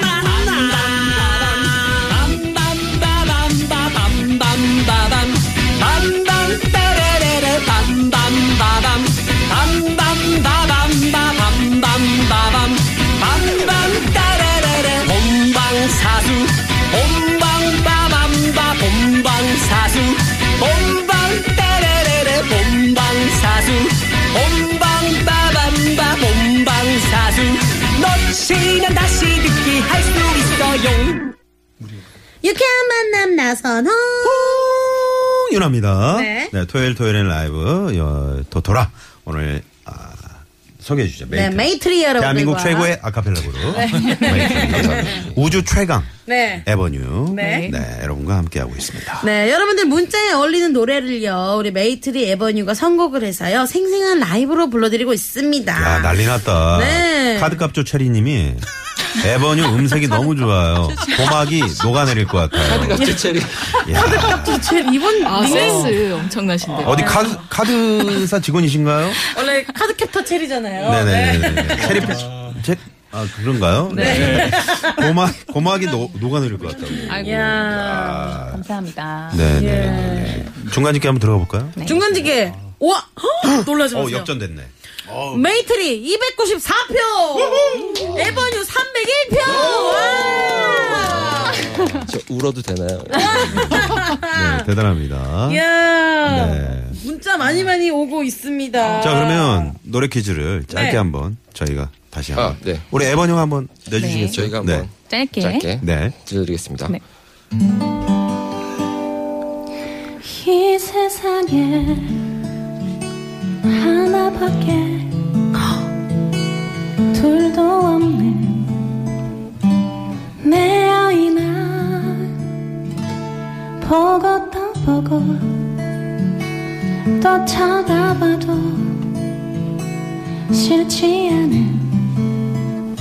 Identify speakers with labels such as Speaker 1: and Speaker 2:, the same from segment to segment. Speaker 1: 만남 빰빰빠밤빠밤빰빰빠밤 빰빰빠라라라 빰빰빠밤 빰빰빠밤빠밤빰빰빠밤 빰빰따라라라 본방사수 본방빠밤빠 본방사수 본방따라라라 본방사수 본방빠밤빠 본방사수 놓치면 다시 듣기 할 수 있어요
Speaker 2: 유쾌한 만남 나선호.
Speaker 3: 윤아입니다.
Speaker 2: 네.
Speaker 3: 토요일 토요일엔 라이브 여, 도토라 오늘 아, 소개해 주죠.
Speaker 2: 네, 메이트리 여러분들과.
Speaker 3: 대한민국 최고의 아카펠라 그룹 메이트리. 감사합니다. 우주 최강
Speaker 2: 네.
Speaker 3: 에버뉴
Speaker 2: 네.
Speaker 3: 네. 여러분과 함께 하고 있습니다.
Speaker 2: 네, 여러분들 문자에 어울리는 노래를요, 우리 메이트리 에버뉴가 선곡을 해서요, 생생한 라이브로 불러드리고 있습니다.
Speaker 3: 야 난리 났다.
Speaker 2: 네.
Speaker 3: 카드값조 체리님이 에버뉴 음색이 너무 좋아요. 고막이 녹아내릴 것 같아요.
Speaker 1: 제철이
Speaker 3: 야,
Speaker 2: 도대체 이번
Speaker 4: 아,
Speaker 2: 닉네임
Speaker 4: 센스 엄청나신데.
Speaker 3: 어디 카드, 카드사 직원이신가요?
Speaker 2: 원래 카드캡터 체리잖아요.
Speaker 3: 어, 네네네. 체리 체, 아 그런가요? 네. 고막 고막이 노, 녹아내릴 것 같다고.
Speaker 4: 아이고,
Speaker 2: 이야.
Speaker 3: 아,
Speaker 4: 감사합니다.
Speaker 3: 네네. 중간 집게 한번 들어가 볼까요?
Speaker 2: 네. 중간지게, 우와! 헉! 놀라지
Speaker 3: 아. 어
Speaker 2: 마세요.
Speaker 3: 역전됐네.
Speaker 2: 메이트리 294표! 에버뉴 301표! 와!
Speaker 5: 저 울어도 되나요?
Speaker 3: 네, 대단합니다.
Speaker 2: 예. 이야.
Speaker 3: 네.
Speaker 2: 문자 많이 많이 오고 있습니다.
Speaker 3: 자 그러면 노래 퀴즈를 짧게
Speaker 2: 네.
Speaker 3: 한번 저희가 다시 한번.
Speaker 5: 아, 네.
Speaker 3: 우리 에번 형 한번 내주시겠어요?
Speaker 5: 저희가 한번
Speaker 4: 짧게.
Speaker 5: 짧게
Speaker 3: 네.
Speaker 5: 들려드리겠습니다.
Speaker 4: 네.
Speaker 6: 이 세상에 하나밖에 둘도 없는 내 아이나 보고 또 보고 또 쳐다봐도 싫지 않은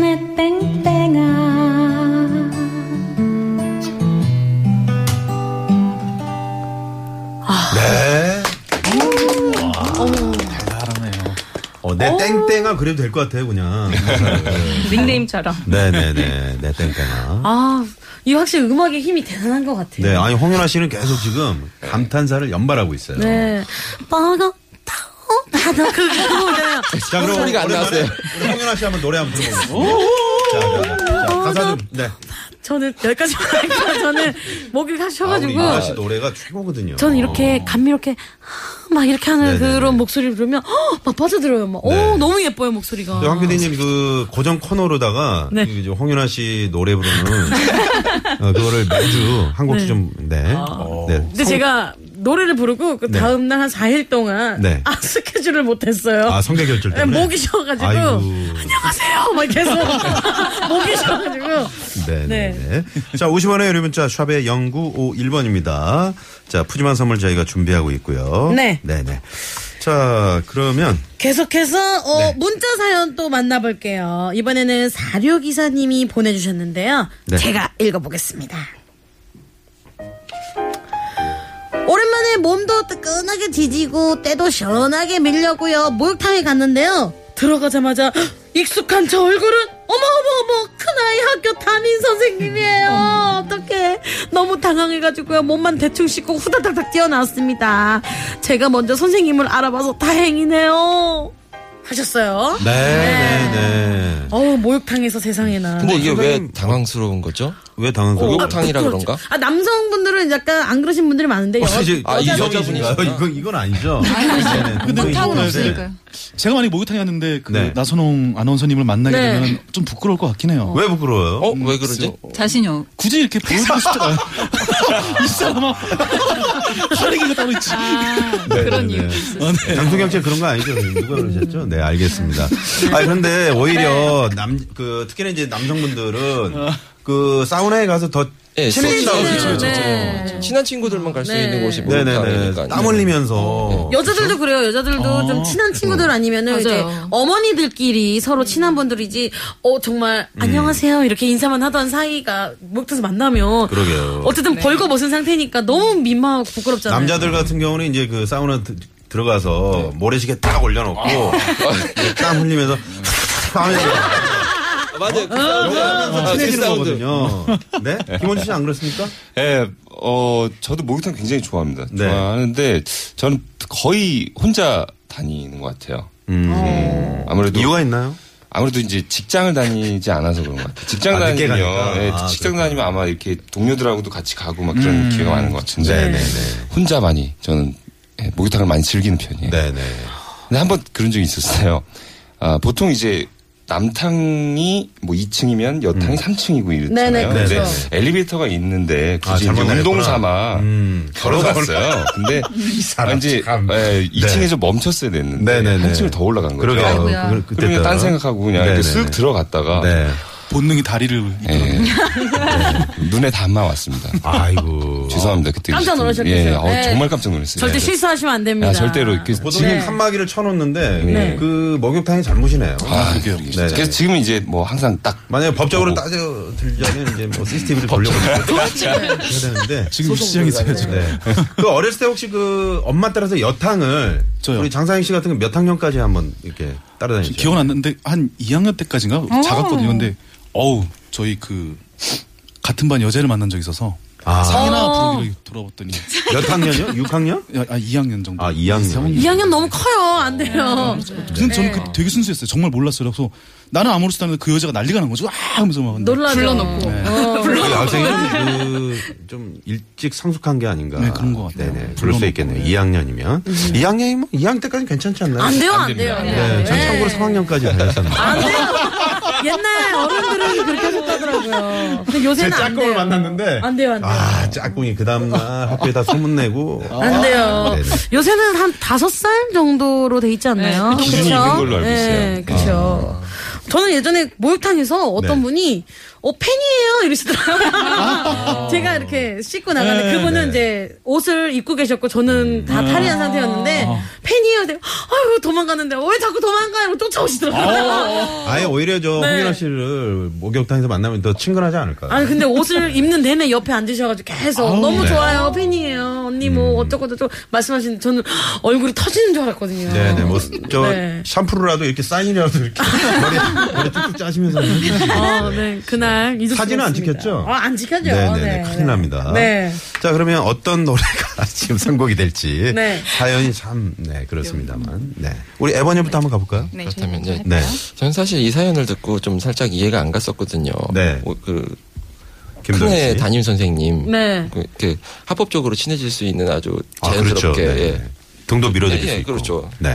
Speaker 6: 내 땡땡아
Speaker 3: 네. 어, 내 땡땡아 그래도 될 것 같아요 그냥.
Speaker 4: 닉네임처럼.
Speaker 3: 네네네. 내 땡땡아.
Speaker 2: 아, 이 확실히 음악의 힘이 대단한 것 같아요.
Speaker 3: 네, 아니 홍윤아 씨는 계속 지금 감탄사를 연발하고 있어요.
Speaker 2: 네. 뻐거, 따오, 따도, 그, 그거 오잖아요.
Speaker 3: 자, 그럼
Speaker 5: 소리가 안
Speaker 3: 오랜만에
Speaker 5: 나왔어요.
Speaker 3: 우리 홍윤아 씨 한번 노래 한번 불러보세요. 자, 자, 자, 자, 가사 좀. 네.
Speaker 2: 저는 여기까지 말까 저는 목이 다
Speaker 3: 아, 우리
Speaker 2: 쉬어가지고.
Speaker 3: 윤아 씨 노래가 최고거든요.
Speaker 2: 저는 이렇게 감미롭게 하- 막 이렇게 하는
Speaker 3: 어. 네네네.
Speaker 2: 그런 목소리를 부르면 헉! 막 빠져들어요. 막.
Speaker 3: 네.
Speaker 2: 오, 너무 예뻐요, 목소리가.
Speaker 3: 황 PD님 그 고정 코너로다가 그
Speaker 2: 네.
Speaker 3: 이제 홍윤아 씨 노래 부르는 어, 그거를 매주 한 곡씩 좀 네. 네.
Speaker 2: 근데 제가 노래를 부르고 그
Speaker 3: 네.
Speaker 2: 다음 날 한 4일 동안
Speaker 3: 네.
Speaker 2: 아, 스케줄을 못 했어요.
Speaker 3: 아 성격 결절
Speaker 2: 네,
Speaker 3: 때문에
Speaker 2: 목이 쉬어가지고
Speaker 3: 아이고.
Speaker 2: 안녕하세요 막 계속 목이 쉬어가지고
Speaker 3: 네네네. 자, 50원의 유료 문자 샵의 0951번입니다. 자, 푸짐한 선물 저희가 준비하고 있고요.
Speaker 2: 네.
Speaker 3: 네네. 자, 그러면
Speaker 2: 계속해서 어,
Speaker 3: 네.
Speaker 2: 문자 사연 또 만나볼게요. 이번에는 사료 기사님이 보내주셨는데요.
Speaker 3: 네.
Speaker 2: 제가 읽어보겠습니다. 오랜만에 몸도 뜨끈하게 뒤지고 때도 시원하게 밀려고요. 목욕탕에 갔는데요. 들어가자마자 헉, 익숙한 저 얼굴은 어머 어머 어머 큰아이 학교 담임
Speaker 3: 음,
Speaker 2: 선생님이에요. 어떡해. 너무 당황해가지고요. 몸만 대충 씻고 후다닥닥 뛰어나왔습니다. 제가 먼저 선생님을 알아봐서 다행이네요. 하셨어요.
Speaker 3: 네네네.
Speaker 2: 어우 목욕탕에서 세상에나.
Speaker 5: 근데 이게 왜 당황스러운 거죠?
Speaker 3: 왜 어, 당황스러워?
Speaker 5: 목욕탕- 목욕탕이라
Speaker 2: 그렇죠.
Speaker 5: 어, 그런가?
Speaker 2: 아 남성분들은 약간 안 그러신 어, 분들이 많은데 여-
Speaker 5: 아, 이
Speaker 3: 가
Speaker 5: 여자분이시구나.
Speaker 3: 이건 이건 아니죠. 그
Speaker 7: 근데
Speaker 4: 목탕은
Speaker 7: 이거는-
Speaker 4: 없으니까요.
Speaker 7: 제가 만약 목욕탕이었는데 그
Speaker 3: 네.
Speaker 7: 나선홍 아나운서님을 만나게
Speaker 2: 네.
Speaker 7: 되면 좀 부끄러울 것 같긴 해요.
Speaker 3: 왜 부끄러워요?
Speaker 5: 어? 왜 그러지?
Speaker 4: 자신이 없.
Speaker 7: 굳이 이렇게 보여줄 수가 이 사람아 할 얘기가 따로 있지.
Speaker 3: 아,
Speaker 7: 어, 네.
Speaker 3: 그런 이유. 장소경 씨 그런 거 아니죠? 누가 그러셨죠? 네, 알겠습니다. 아 그런데 오히려 남 그 특히나 이제 남성분들은 그 사우나에 가서 네, 더
Speaker 5: 예,
Speaker 3: 친해지다고
Speaker 5: 친해지는, 네.
Speaker 3: 그러죠.
Speaker 5: 친한 친구들만 갈 수
Speaker 2: 네.
Speaker 5: 있는 곳이 뭐
Speaker 3: 네네네.
Speaker 5: 목욕탕이니까.
Speaker 3: 땀 흘리면서
Speaker 2: 여자들도 그래요. 여자들도 좀 친한 친구들 아니면은 이제
Speaker 4: 맞아요.
Speaker 2: 어머니들끼리 서로 친한 분들이지. 어 정말 안녕하세요 이렇게 인사만 하던 사이가 목욕탕에서 만나면
Speaker 3: 그러게요.
Speaker 4: 네.
Speaker 3: 네.
Speaker 2: 어쨌든 벌거벗은 상태니까 너무 민망하고 부끄럽잖아요.
Speaker 3: 남자들 같은 경우는 이제 그 사우나 드- 들어가서 모래시계 딱 올려놓고 땀 흘리면서 하면서
Speaker 5: 맞아요. 그
Speaker 3: 하면서 친해지는
Speaker 5: 아, 그
Speaker 3: 거거든요. 네? 김원주 씨는 안 그렇습니까?
Speaker 8: 예, 어, 저도 목욕탕 굉장히 좋아합니다.
Speaker 3: 네.
Speaker 8: 좋아하는데 저는 거의 혼자 다니는 것 같아요.
Speaker 3: 어.
Speaker 8: 음, 아무래도
Speaker 3: 이유가 있나요?
Speaker 8: 아무래도 이제 직장을 다니지 않아서 그런 것 같아요. 직장
Speaker 3: 아, 늦게
Speaker 8: 다니면
Speaker 3: 가니까.
Speaker 8: 예,
Speaker 3: 아,
Speaker 8: 직장
Speaker 3: 그렇구나. 음.
Speaker 8: 다니면 아마 이렇게 동료들하고도 같이 가고 막 그런 기회가 많은 것 같은데
Speaker 3: 네네네.
Speaker 8: 혼자 많이 저는 예, 목욕탕을 많이 즐기는 편이에요.
Speaker 3: 네네.
Speaker 8: 근데 한 번 그런 적이 있었어요. 아, 보통 이제 남탕이 뭐 2층이면 여탕이
Speaker 3: 음.
Speaker 8: 3층이고 이렇잖아요.
Speaker 2: 네네,
Speaker 8: 근데
Speaker 3: 그렇죠.
Speaker 8: 엘리베이터가 있는데
Speaker 3: 아,
Speaker 8: 굳이 이제
Speaker 3: 잘못
Speaker 8: 운동
Speaker 3: 내렸구나.
Speaker 8: 삼아
Speaker 3: 음,
Speaker 8: 걸어갔어요. 근데
Speaker 3: 사람
Speaker 8: 왠지
Speaker 3: 참. 네.
Speaker 8: 예, 2층에서 멈췄어야 됐는데
Speaker 3: 네네네.
Speaker 8: 한 층을 더 올라간 거죠. 그러니까
Speaker 3: 그러게요.
Speaker 4: 아이고야.
Speaker 3: 그걸 그때
Speaker 8: 그러면 딴
Speaker 3: 따라.
Speaker 8: 생각하고 그냥
Speaker 3: 네네네.
Speaker 8: 이렇게 쓱 들어갔다가
Speaker 3: 네.
Speaker 7: 본능이 다리를.
Speaker 8: 예. 눈에 담아 왔습니다.
Speaker 3: 아이고.
Speaker 8: 죄송합니다. 그때
Speaker 2: 깜짝
Speaker 8: 그랬더니.
Speaker 2: 놀라셨겠어요.
Speaker 8: 예, 어,
Speaker 2: 네.
Speaker 8: 정말 깜짝 놀랐어요.
Speaker 2: 절대
Speaker 8: 예.
Speaker 2: 실수하시면 안 됩니다.
Speaker 8: 아, 절대로 이렇게
Speaker 3: 보통
Speaker 2: 네.
Speaker 3: 칸막이를 쳐놓는데
Speaker 8: 네.
Speaker 3: 그 목욕탕이 잘못이네요.
Speaker 8: 아, 어.
Speaker 7: 그러게요.
Speaker 8: 그러게요.
Speaker 3: 네네.
Speaker 8: 그래서 지금은 이제 뭐 항상 딱
Speaker 3: 만약에 법적으로 따져 들자면 이제 뭐 CCTV를 돌려보고 해야 되는데
Speaker 7: 지금 시장이 있어야죠.
Speaker 3: 네. 그 어렸을 때 혹시 그 엄마 따라서 여탕을
Speaker 7: 저요.
Speaker 3: 우리 장상희 씨 같은 거 몇 학년까지 한번 이렇게 따라다니죠?
Speaker 7: 기억은 안 나는데 한 2학년 때까지인가 작았거든요. 근데 어우 저희 그 같은 반 여자를 만난 적이 있어서
Speaker 3: 아.
Speaker 7: 상이나 부르기로 돌아봤더니
Speaker 3: 몇 학년이요? 6학년?
Speaker 7: 야, 아 2학년 정도.
Speaker 3: 아, 2학년.
Speaker 2: 2학년 너무 커요. 안
Speaker 4: 네,
Speaker 2: 돼요.
Speaker 7: 근데
Speaker 3: 네.
Speaker 7: 저는 그 되게 순수했어요. 정말 몰랐어요. 그래서 나는 아무렇지도 않은데 그 여자가 난리가 난 거죠. 아 하면서 막. 근데
Speaker 2: 놀라죠.
Speaker 4: 불러놓고.
Speaker 3: 그
Speaker 2: 아,
Speaker 3: 야생이 그좀 일찍 성숙한 게 아닌가.
Speaker 7: 네, 그런 것 같아요.
Speaker 3: 네네. 그럴 수 있겠네요. 2학년이면. 2학년이면 2학년 때까지는 괜찮지 않나요?
Speaker 2: 음. 안 돼요, 안 돼요.
Speaker 3: 네, 전 참고로
Speaker 7: 네.
Speaker 3: 3학년까지 다녔었는데.
Speaker 2: 안 돼요. 옛날 어른들은 그렇게 하셨다더라고요. 근데 요새는 안 돼요.
Speaker 3: 만났는데.
Speaker 2: 안 돼요, 아. 안 돼요.
Speaker 3: 아, 짝꿍이 그 다음날 학교에 다 소문내고.
Speaker 8: 아.
Speaker 2: 안 돼요.
Speaker 3: 네네.
Speaker 2: 요새는 한 다섯 살 정도로 돼 있지 않나요?
Speaker 8: 네, 기준이
Speaker 2: 그쵸?
Speaker 8: 있는 걸로 알고
Speaker 2: 네,
Speaker 8: 있어요. 아.
Speaker 2: 그렇죠. 저는 예전에 목욕탕에서 어떤
Speaker 3: 네.
Speaker 2: 분이 어 팬이에요
Speaker 8: 아.
Speaker 2: 이러시더라고요. 제가 이렇게 씻고 나가는데
Speaker 8: 네,
Speaker 2: 그분은 이제 옷을 입고 계셨고 저는
Speaker 8: 음.
Speaker 2: 다 탈의한
Speaker 8: 아.
Speaker 2: 상태였는데 팬이에요. 근데 아유 도망가는데 왜 자꾸 도망가? 이러고
Speaker 8: 어.
Speaker 2: 쫓아오시더라고요.
Speaker 3: 아예 오히려 저
Speaker 2: 네.
Speaker 3: 홍윤아 씨를 목욕탕에서 만나면 더 친근하지 않을까요?
Speaker 2: 아니 근데 옷을 입는 내내 옆에 앉으셔가지고 계속 너무
Speaker 3: 네. 음.
Speaker 2: 좋아요 팬이에요 언니 뭐 어쩌고 저쩌고 말씀하시는데 저는 얼굴이 터지는 줄 알았거든요.
Speaker 3: 네네 뭐 저
Speaker 2: 네.
Speaker 3: 샴푸로라도 이렇게 사인이라도 이렇게 머리 머리 쭉 짜시면서 해주시고.
Speaker 2: 아, 네. 그날 잊을 수가
Speaker 3: 사진은 안
Speaker 2: 없습니다.
Speaker 3: 찍혔죠?
Speaker 2: 아, 안 찍혔죠.
Speaker 3: 네네네
Speaker 2: 네, 네.
Speaker 3: 큰일 납니다.
Speaker 2: 네.
Speaker 3: 자 그러면 어떤 노래가 지금 선곡이 될지
Speaker 2: 네.
Speaker 3: 사연이 참 네 그렇습니다만 네 우리 에버님부터 한번 가볼까요?
Speaker 4: 네,
Speaker 5: 그렇다면
Speaker 4: 저희
Speaker 5: 이제
Speaker 3: 네.
Speaker 5: 저는 사실 이 사연을 듣고 좀 살짝 이해가 안 갔었거든요.
Speaker 3: 네.
Speaker 5: 어, 그
Speaker 3: 김도현
Speaker 5: 큰애
Speaker 3: 씨.
Speaker 5: 담임 선생님.
Speaker 2: 네.
Speaker 5: 그, 그 합법적으로 친해질 수 있는 아주
Speaker 3: 아 그렇죠.
Speaker 5: 자연스럽게
Speaker 3: 네.
Speaker 5: 예.
Speaker 3: 등도 밀어드릴
Speaker 5: 예,
Speaker 3: 수
Speaker 5: 예,
Speaker 3: 있고.
Speaker 5: 그렇죠.
Speaker 3: 네.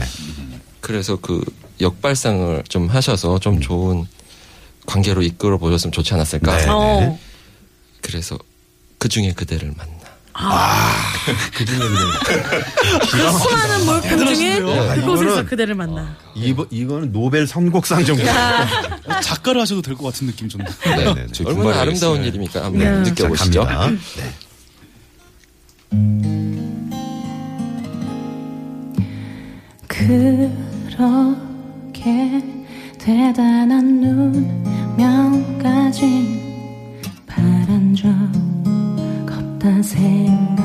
Speaker 5: 그래서 그 역발상을 좀 하셔서 좀 좋은 관계로 이끌어 보셨으면 좋지 않았을까.
Speaker 3: 네.
Speaker 2: 어.
Speaker 5: 그래서 그 중에 그대를 만나.
Speaker 2: 그 수많은 몰품 중에 네. 그곳에서
Speaker 3: 아, 이거는-
Speaker 2: 그대를 만나.
Speaker 3: 이거 이거는 노벨 선곡상 정도.
Speaker 7: 작가를 하셔도 될 것 같은 느낌 좀.
Speaker 5: 네.
Speaker 3: 네, 네.
Speaker 5: 얼마나 아름다운 일입니까? 한번 느껴보시죠.
Speaker 3: 갑니다. 네.
Speaker 6: 그렇게 대단한 눈명까지 바란 적 없다 생각했는데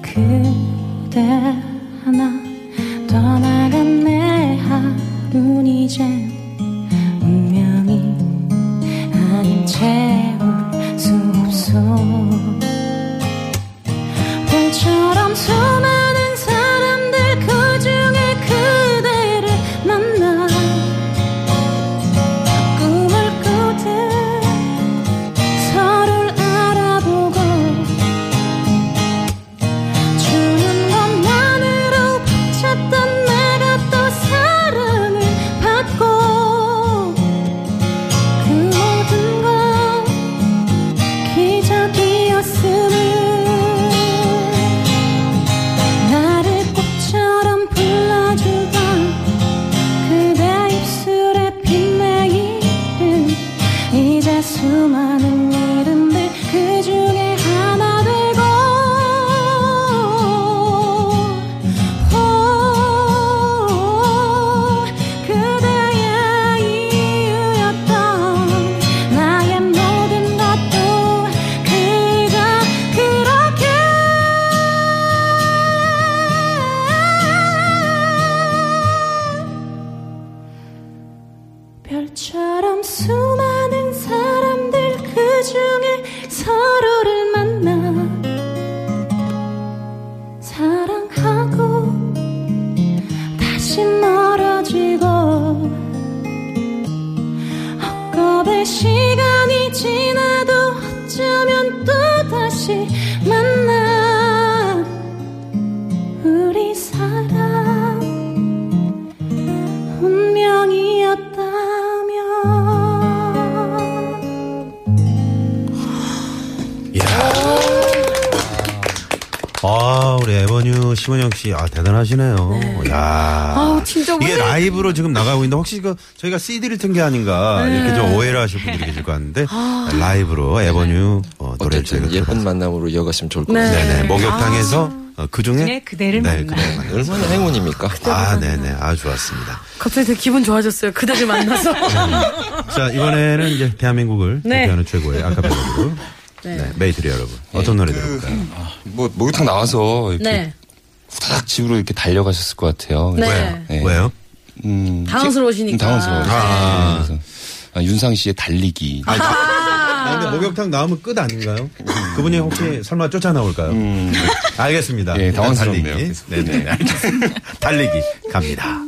Speaker 6: 그대 하나 떠나간 내 하루는 이젠 운명이 아닌 채울 수 없어 별처럼 수많은 사람들 그 중에 그대를 만나 꿈을 꾸듯 서로를 알아보고 주는 것만으로 바쳤던 내가 또 사랑을 받고 그그그
Speaker 3: 아, 우리 에버뉴 심원영 씨, 아, 대단하시네요. 야
Speaker 2: 아우, 어, 진짜
Speaker 3: 이게
Speaker 2: 오늘-
Speaker 3: 라이브로 지금 나가고 있는데, 혹시 그, 저희가 CD를 튼 게 아닌가, 이렇게 좀 오해를 하실 분들이 계실 것 같은데, 라이브로 에버뉴 어, 노래를 저희가
Speaker 5: 어쨌든 예쁜
Speaker 3: 들어봤어요.
Speaker 5: 만남으로 이어갔으면 좋을 것
Speaker 2: 네.
Speaker 5: 같아요.
Speaker 3: 네네, 목욕탕에서 그 중에
Speaker 4: 중에 그대를 만나.
Speaker 3: 네.
Speaker 5: 얼마나 행운입니까?
Speaker 3: 아, 네네. 아, 좋았습니다.
Speaker 2: 갑자기 되게 기분 좋아졌어요. 그대를 만나서.
Speaker 3: 자, 이번에는 이제 대한민국을
Speaker 2: 네.
Speaker 3: 대표하는 최고의 아카펠라그룹. 네. 그 메이트리 여러분. 어떤 노래 들을까요?
Speaker 8: 뭐 목욕탕 나와서 이렇게
Speaker 2: 네.
Speaker 8: 후다닥 집으로 이렇게 달려가셨을 것 같아요.
Speaker 2: 네. 그러니까.
Speaker 3: 왜요?
Speaker 8: 네.
Speaker 3: 왜요?
Speaker 8: 음,
Speaker 2: 당황스러우시니까.
Speaker 8: 당황스러워.
Speaker 3: 아.
Speaker 8: 그래서 아, 윤상 씨의 달리기.
Speaker 3: 아, 근데 목욕탕 나오면 끝 아닌가요? 그분이 혹시 설마 쫓아나올까요? 네. 알겠습니다.
Speaker 8: 음. 예,
Speaker 3: 일단
Speaker 8: 당황스럽네요.
Speaker 3: 달리기.
Speaker 8: 계속.
Speaker 3: 네네. 알겠습니다. 달리기 갑니다.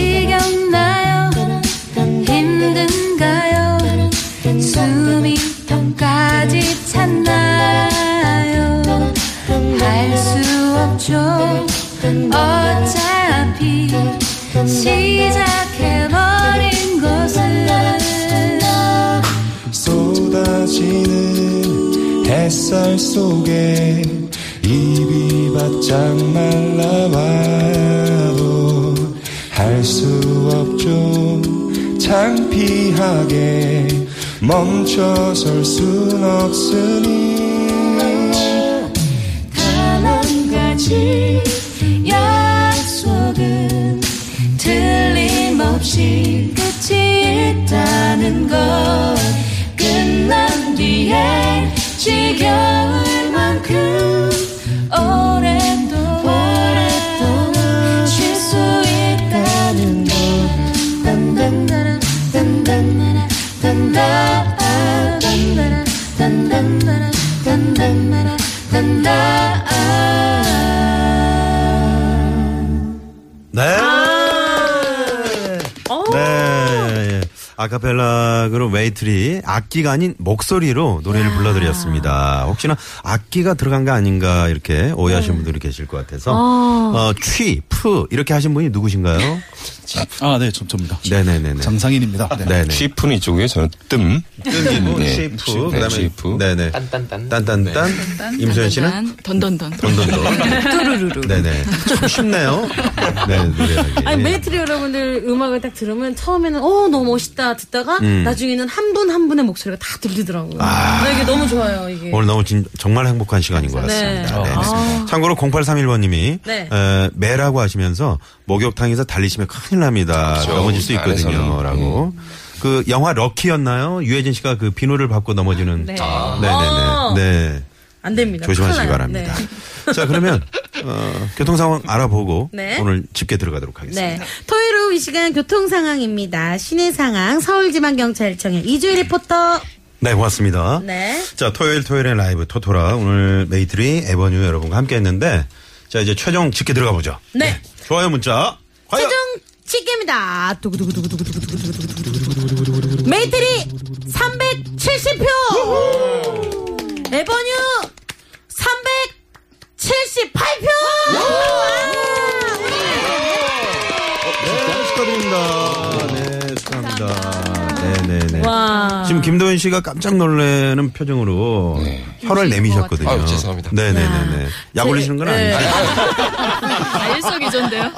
Speaker 6: 지겹나요? 힘든가요? 숨이 턱까지 찼나요? 할 수 없죠. 어차피 시작해버린 것은
Speaker 8: 쏟아지는 햇살 속에 입이 바짝 말라와도 할 수 없죠 창피하게 멈춰설 순 없으니
Speaker 6: 단한 가지 약속은 틀림없이 끝이 있다는 것 끝난 뒤에 지겨울 만큼 오랫동안 쉴 수 있다는 것 단단나라 단단나라 단다 단다라 단단나라 단단나라 단다
Speaker 3: 네. 어. 네. 아카펠라 그룹 웨이트리 악기가 아닌 목소리로 노래를 불러드렸습니다. 혹시나 악기가 들어간 거 아닌가 이렇게 오해하시는 분들이 계실 것 같아서 네. 어, 취, 푸 이렇게 하신 분이 누구신가요?
Speaker 7: 아, 네, 점, 접니다.
Speaker 3: 네네네네.
Speaker 7: 장상인입니다. 네.
Speaker 3: 네네.
Speaker 8: 쉬프는 이쪽이에요. 저는 뜸.
Speaker 3: 끈기고
Speaker 8: 네.
Speaker 3: 뭐, 쉐이프 그다음에
Speaker 8: 쉐이프.
Speaker 3: 네네 딴딴딴 딴딴딴 임소연 씨는
Speaker 4: 던던던.
Speaker 3: 돈돈돈
Speaker 4: 뚜루루루.
Speaker 3: 네네 참 쉽네요 네 노래하기
Speaker 2: 아니 메이트리 여러분들 음악을 딱 들으면 처음에는 어 너무 멋있다 듣다가
Speaker 3: 음.
Speaker 2: 나중에는 한 분 한 분의 목소리가 다 들리더라고요. 나 이게 너무 좋아요 이게.
Speaker 3: 아. 오늘 너무 진, 정말 행복한 시간인 것 같습니다.
Speaker 2: 네.
Speaker 3: 네.
Speaker 4: 아.
Speaker 3: 참고로 0831번님이
Speaker 2: 네.
Speaker 3: 에, 매라고 하시면서 목욕탕에서 달리시면 큰일 납니다.
Speaker 8: 그렇죠.
Speaker 3: 넘어질 수
Speaker 8: 안에서는. 네.
Speaker 3: 있거든요라고. 그 영화 럭키였나요? 유해진 씨가 그 비누를 밟고 넘어지는. 네.
Speaker 2: 아.
Speaker 3: 네네네. 네.
Speaker 2: 안 됩니다.
Speaker 3: 조심하시기
Speaker 2: 큰일 나요.
Speaker 3: 바랍니다. 자 그러면 어, 교통 상황 알아보고
Speaker 2: 네.
Speaker 3: 오늘 집계 들어가도록 하겠습니다.
Speaker 2: 네. 네. 토요일 오후 이 시간 교통 상황입니다. 시내 상황 서울지방경찰청의 이주희 리포터.
Speaker 3: 네, 고맙습니다.
Speaker 2: 네.
Speaker 3: 자, 토요일 토요일의 라이브 토토라 오늘 메이트리 에버뉴 여러분과 함께 했는데 자, 이제 최종 집계 들어가 보죠.
Speaker 2: 네.
Speaker 3: 좋아요 문자. 과연
Speaker 2: 최종 치계입니다. 두구두구두구두구두구두구두구두구두구두구두구두구두구두구두구. 메이트리 370표. 에버뉴 378표.
Speaker 3: 네, 축하드립니다. 네, 축하합니다. 네, 네, 네.
Speaker 2: 와.
Speaker 3: 지금 김도현 씨가 깜짝 놀래는 표정으로 혀를 내미셨거든요.
Speaker 5: 네. 아유, 죄송합니다.
Speaker 3: 네, 네, 네, 네. 약 올리시는 건
Speaker 2: 네.
Speaker 3: 아니죠.
Speaker 4: 아, 일석이조인데요?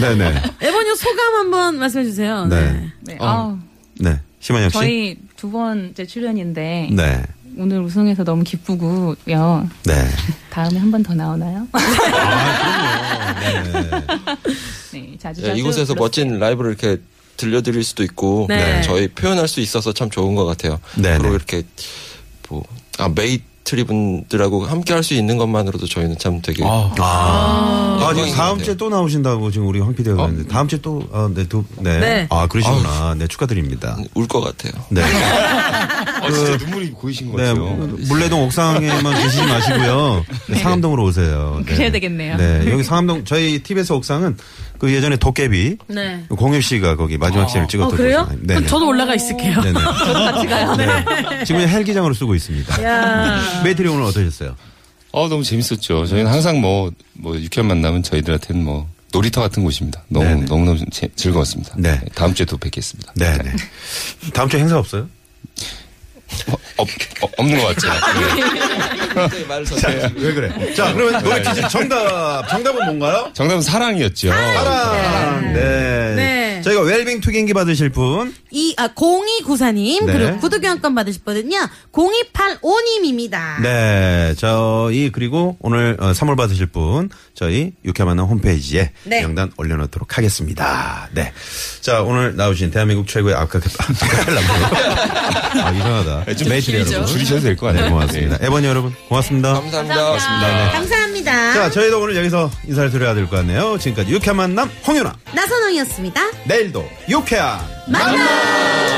Speaker 3: 네, 네.
Speaker 2: 에버뉴 소감 한번 말씀해 주세요.
Speaker 3: 네.
Speaker 4: 네. 아우,
Speaker 3: 네. 심한영 씨.
Speaker 4: 저희 두 번째 출연인데
Speaker 3: 네.
Speaker 4: 오늘 우승해서 너무 기쁘고요.
Speaker 3: 네. 아,
Speaker 4: 다음에 한 번 더 나오나요?
Speaker 3: 네.
Speaker 4: 네, 자주
Speaker 5: 네,
Speaker 4: 자주
Speaker 5: 이곳에서
Speaker 4: 불러-
Speaker 5: 멋진 라이브를 이렇게 들려드릴 수도 있고
Speaker 2: 네.
Speaker 5: 저희 표현할 수 있어서 참 좋은 것 같아요.
Speaker 3: 네, 네.
Speaker 5: 그리고 이렇게 뭐, 아, 메이트리 분들하고 함께 할 수 있는 것만으로도 저희는 참 되게
Speaker 7: 아,
Speaker 2: 어,
Speaker 3: 아, 아, 지금
Speaker 5: 영광인 것
Speaker 3: 다음
Speaker 5: 같아요.
Speaker 3: 주에 또 나오신다고 지금 우리 황 PD가 그랬는데 다음 주에 또, 아, 네, 두, 네.
Speaker 2: 네. 어,
Speaker 3: 아, 그러시구나. 네, 축하드립니다.
Speaker 5: 울 것 같아요.
Speaker 3: 네.
Speaker 8: 아, 진짜 눈물이 고이신 것
Speaker 3: 네,
Speaker 8: 같아요.
Speaker 3: 물레동 옥상에만 계시지 마시고요. 네, 상암동으로 오세요. 네.
Speaker 4: 그래야 되겠네요.
Speaker 3: 네, 여기 상암동 저희 TBS 옥상은 그 예전에 도깨비
Speaker 2: 네.
Speaker 3: 공유 씨가 거기 마지막 시를
Speaker 2: 어,
Speaker 3: 찍었던
Speaker 2: 그래요?
Speaker 3: 곳이잖아요. 네,
Speaker 2: 그럼 저도 올라가 있을게요.
Speaker 3: 네네. 같이 가요. 지금 헬기장으로 쓰고 있습니다.
Speaker 2: 네. 야.
Speaker 3: 메이트리 오늘 어떠셨어요?
Speaker 8: 어, 너무 재밌었죠. 저희는 항상 뭐, 뭐, 유쾌한 만남은 저희들한테는 뭐, 놀이터 같은 곳입니다. 너무,
Speaker 3: 네네.
Speaker 8: 너무너무 재- 즐거웠습니다.
Speaker 3: 네.
Speaker 8: 다음 주에 또 뵙겠습니다.
Speaker 3: 네, 네. 다음 주에 행사 없어요?
Speaker 8: 없, 어, 없는 것 같죠. 네.
Speaker 5: 굉장히 말을 섞어요.
Speaker 3: 왜 그래? 네. 자, 그러면 노래 퀴즈 정답. 정답은 뭔가요?
Speaker 8: 정답은 사랑이었죠.
Speaker 3: 사랑. 어. 네.
Speaker 2: 네.
Speaker 3: 저희가 웰빙 투기인기 받으실 분.
Speaker 2: 이, 아, 0294님,
Speaker 3: 네.
Speaker 2: 그리고 구독교환권 받으실 분은요, 0285님입니다.
Speaker 3: 네. 저희 그리고 오늘 어, 선물 받으실 분 저희 유쾌 만남 홈페이지에
Speaker 2: 네.
Speaker 3: 명단 올려 놓도록 하겠습니다. 네. 자, 오늘 나오신 대한민국 최고의 아카펠라 분. 아, 이상하다.
Speaker 8: 좀
Speaker 3: 메이트리 여러분.
Speaker 8: 줄이셔도 될 것 같아요.
Speaker 3: 네, 고맙습니다. 에버니 여러분, 고맙습니다.
Speaker 5: 감사합니다.
Speaker 2: 감사합니다.
Speaker 3: 자, 저희도 오늘 여기서 인사를 드려야 될 것 같네요. 지금까지 유쾌한 만남 홍윤아.
Speaker 2: 나선홍이었습니다.
Speaker 3: 내일도 유쾌한
Speaker 2: 만나!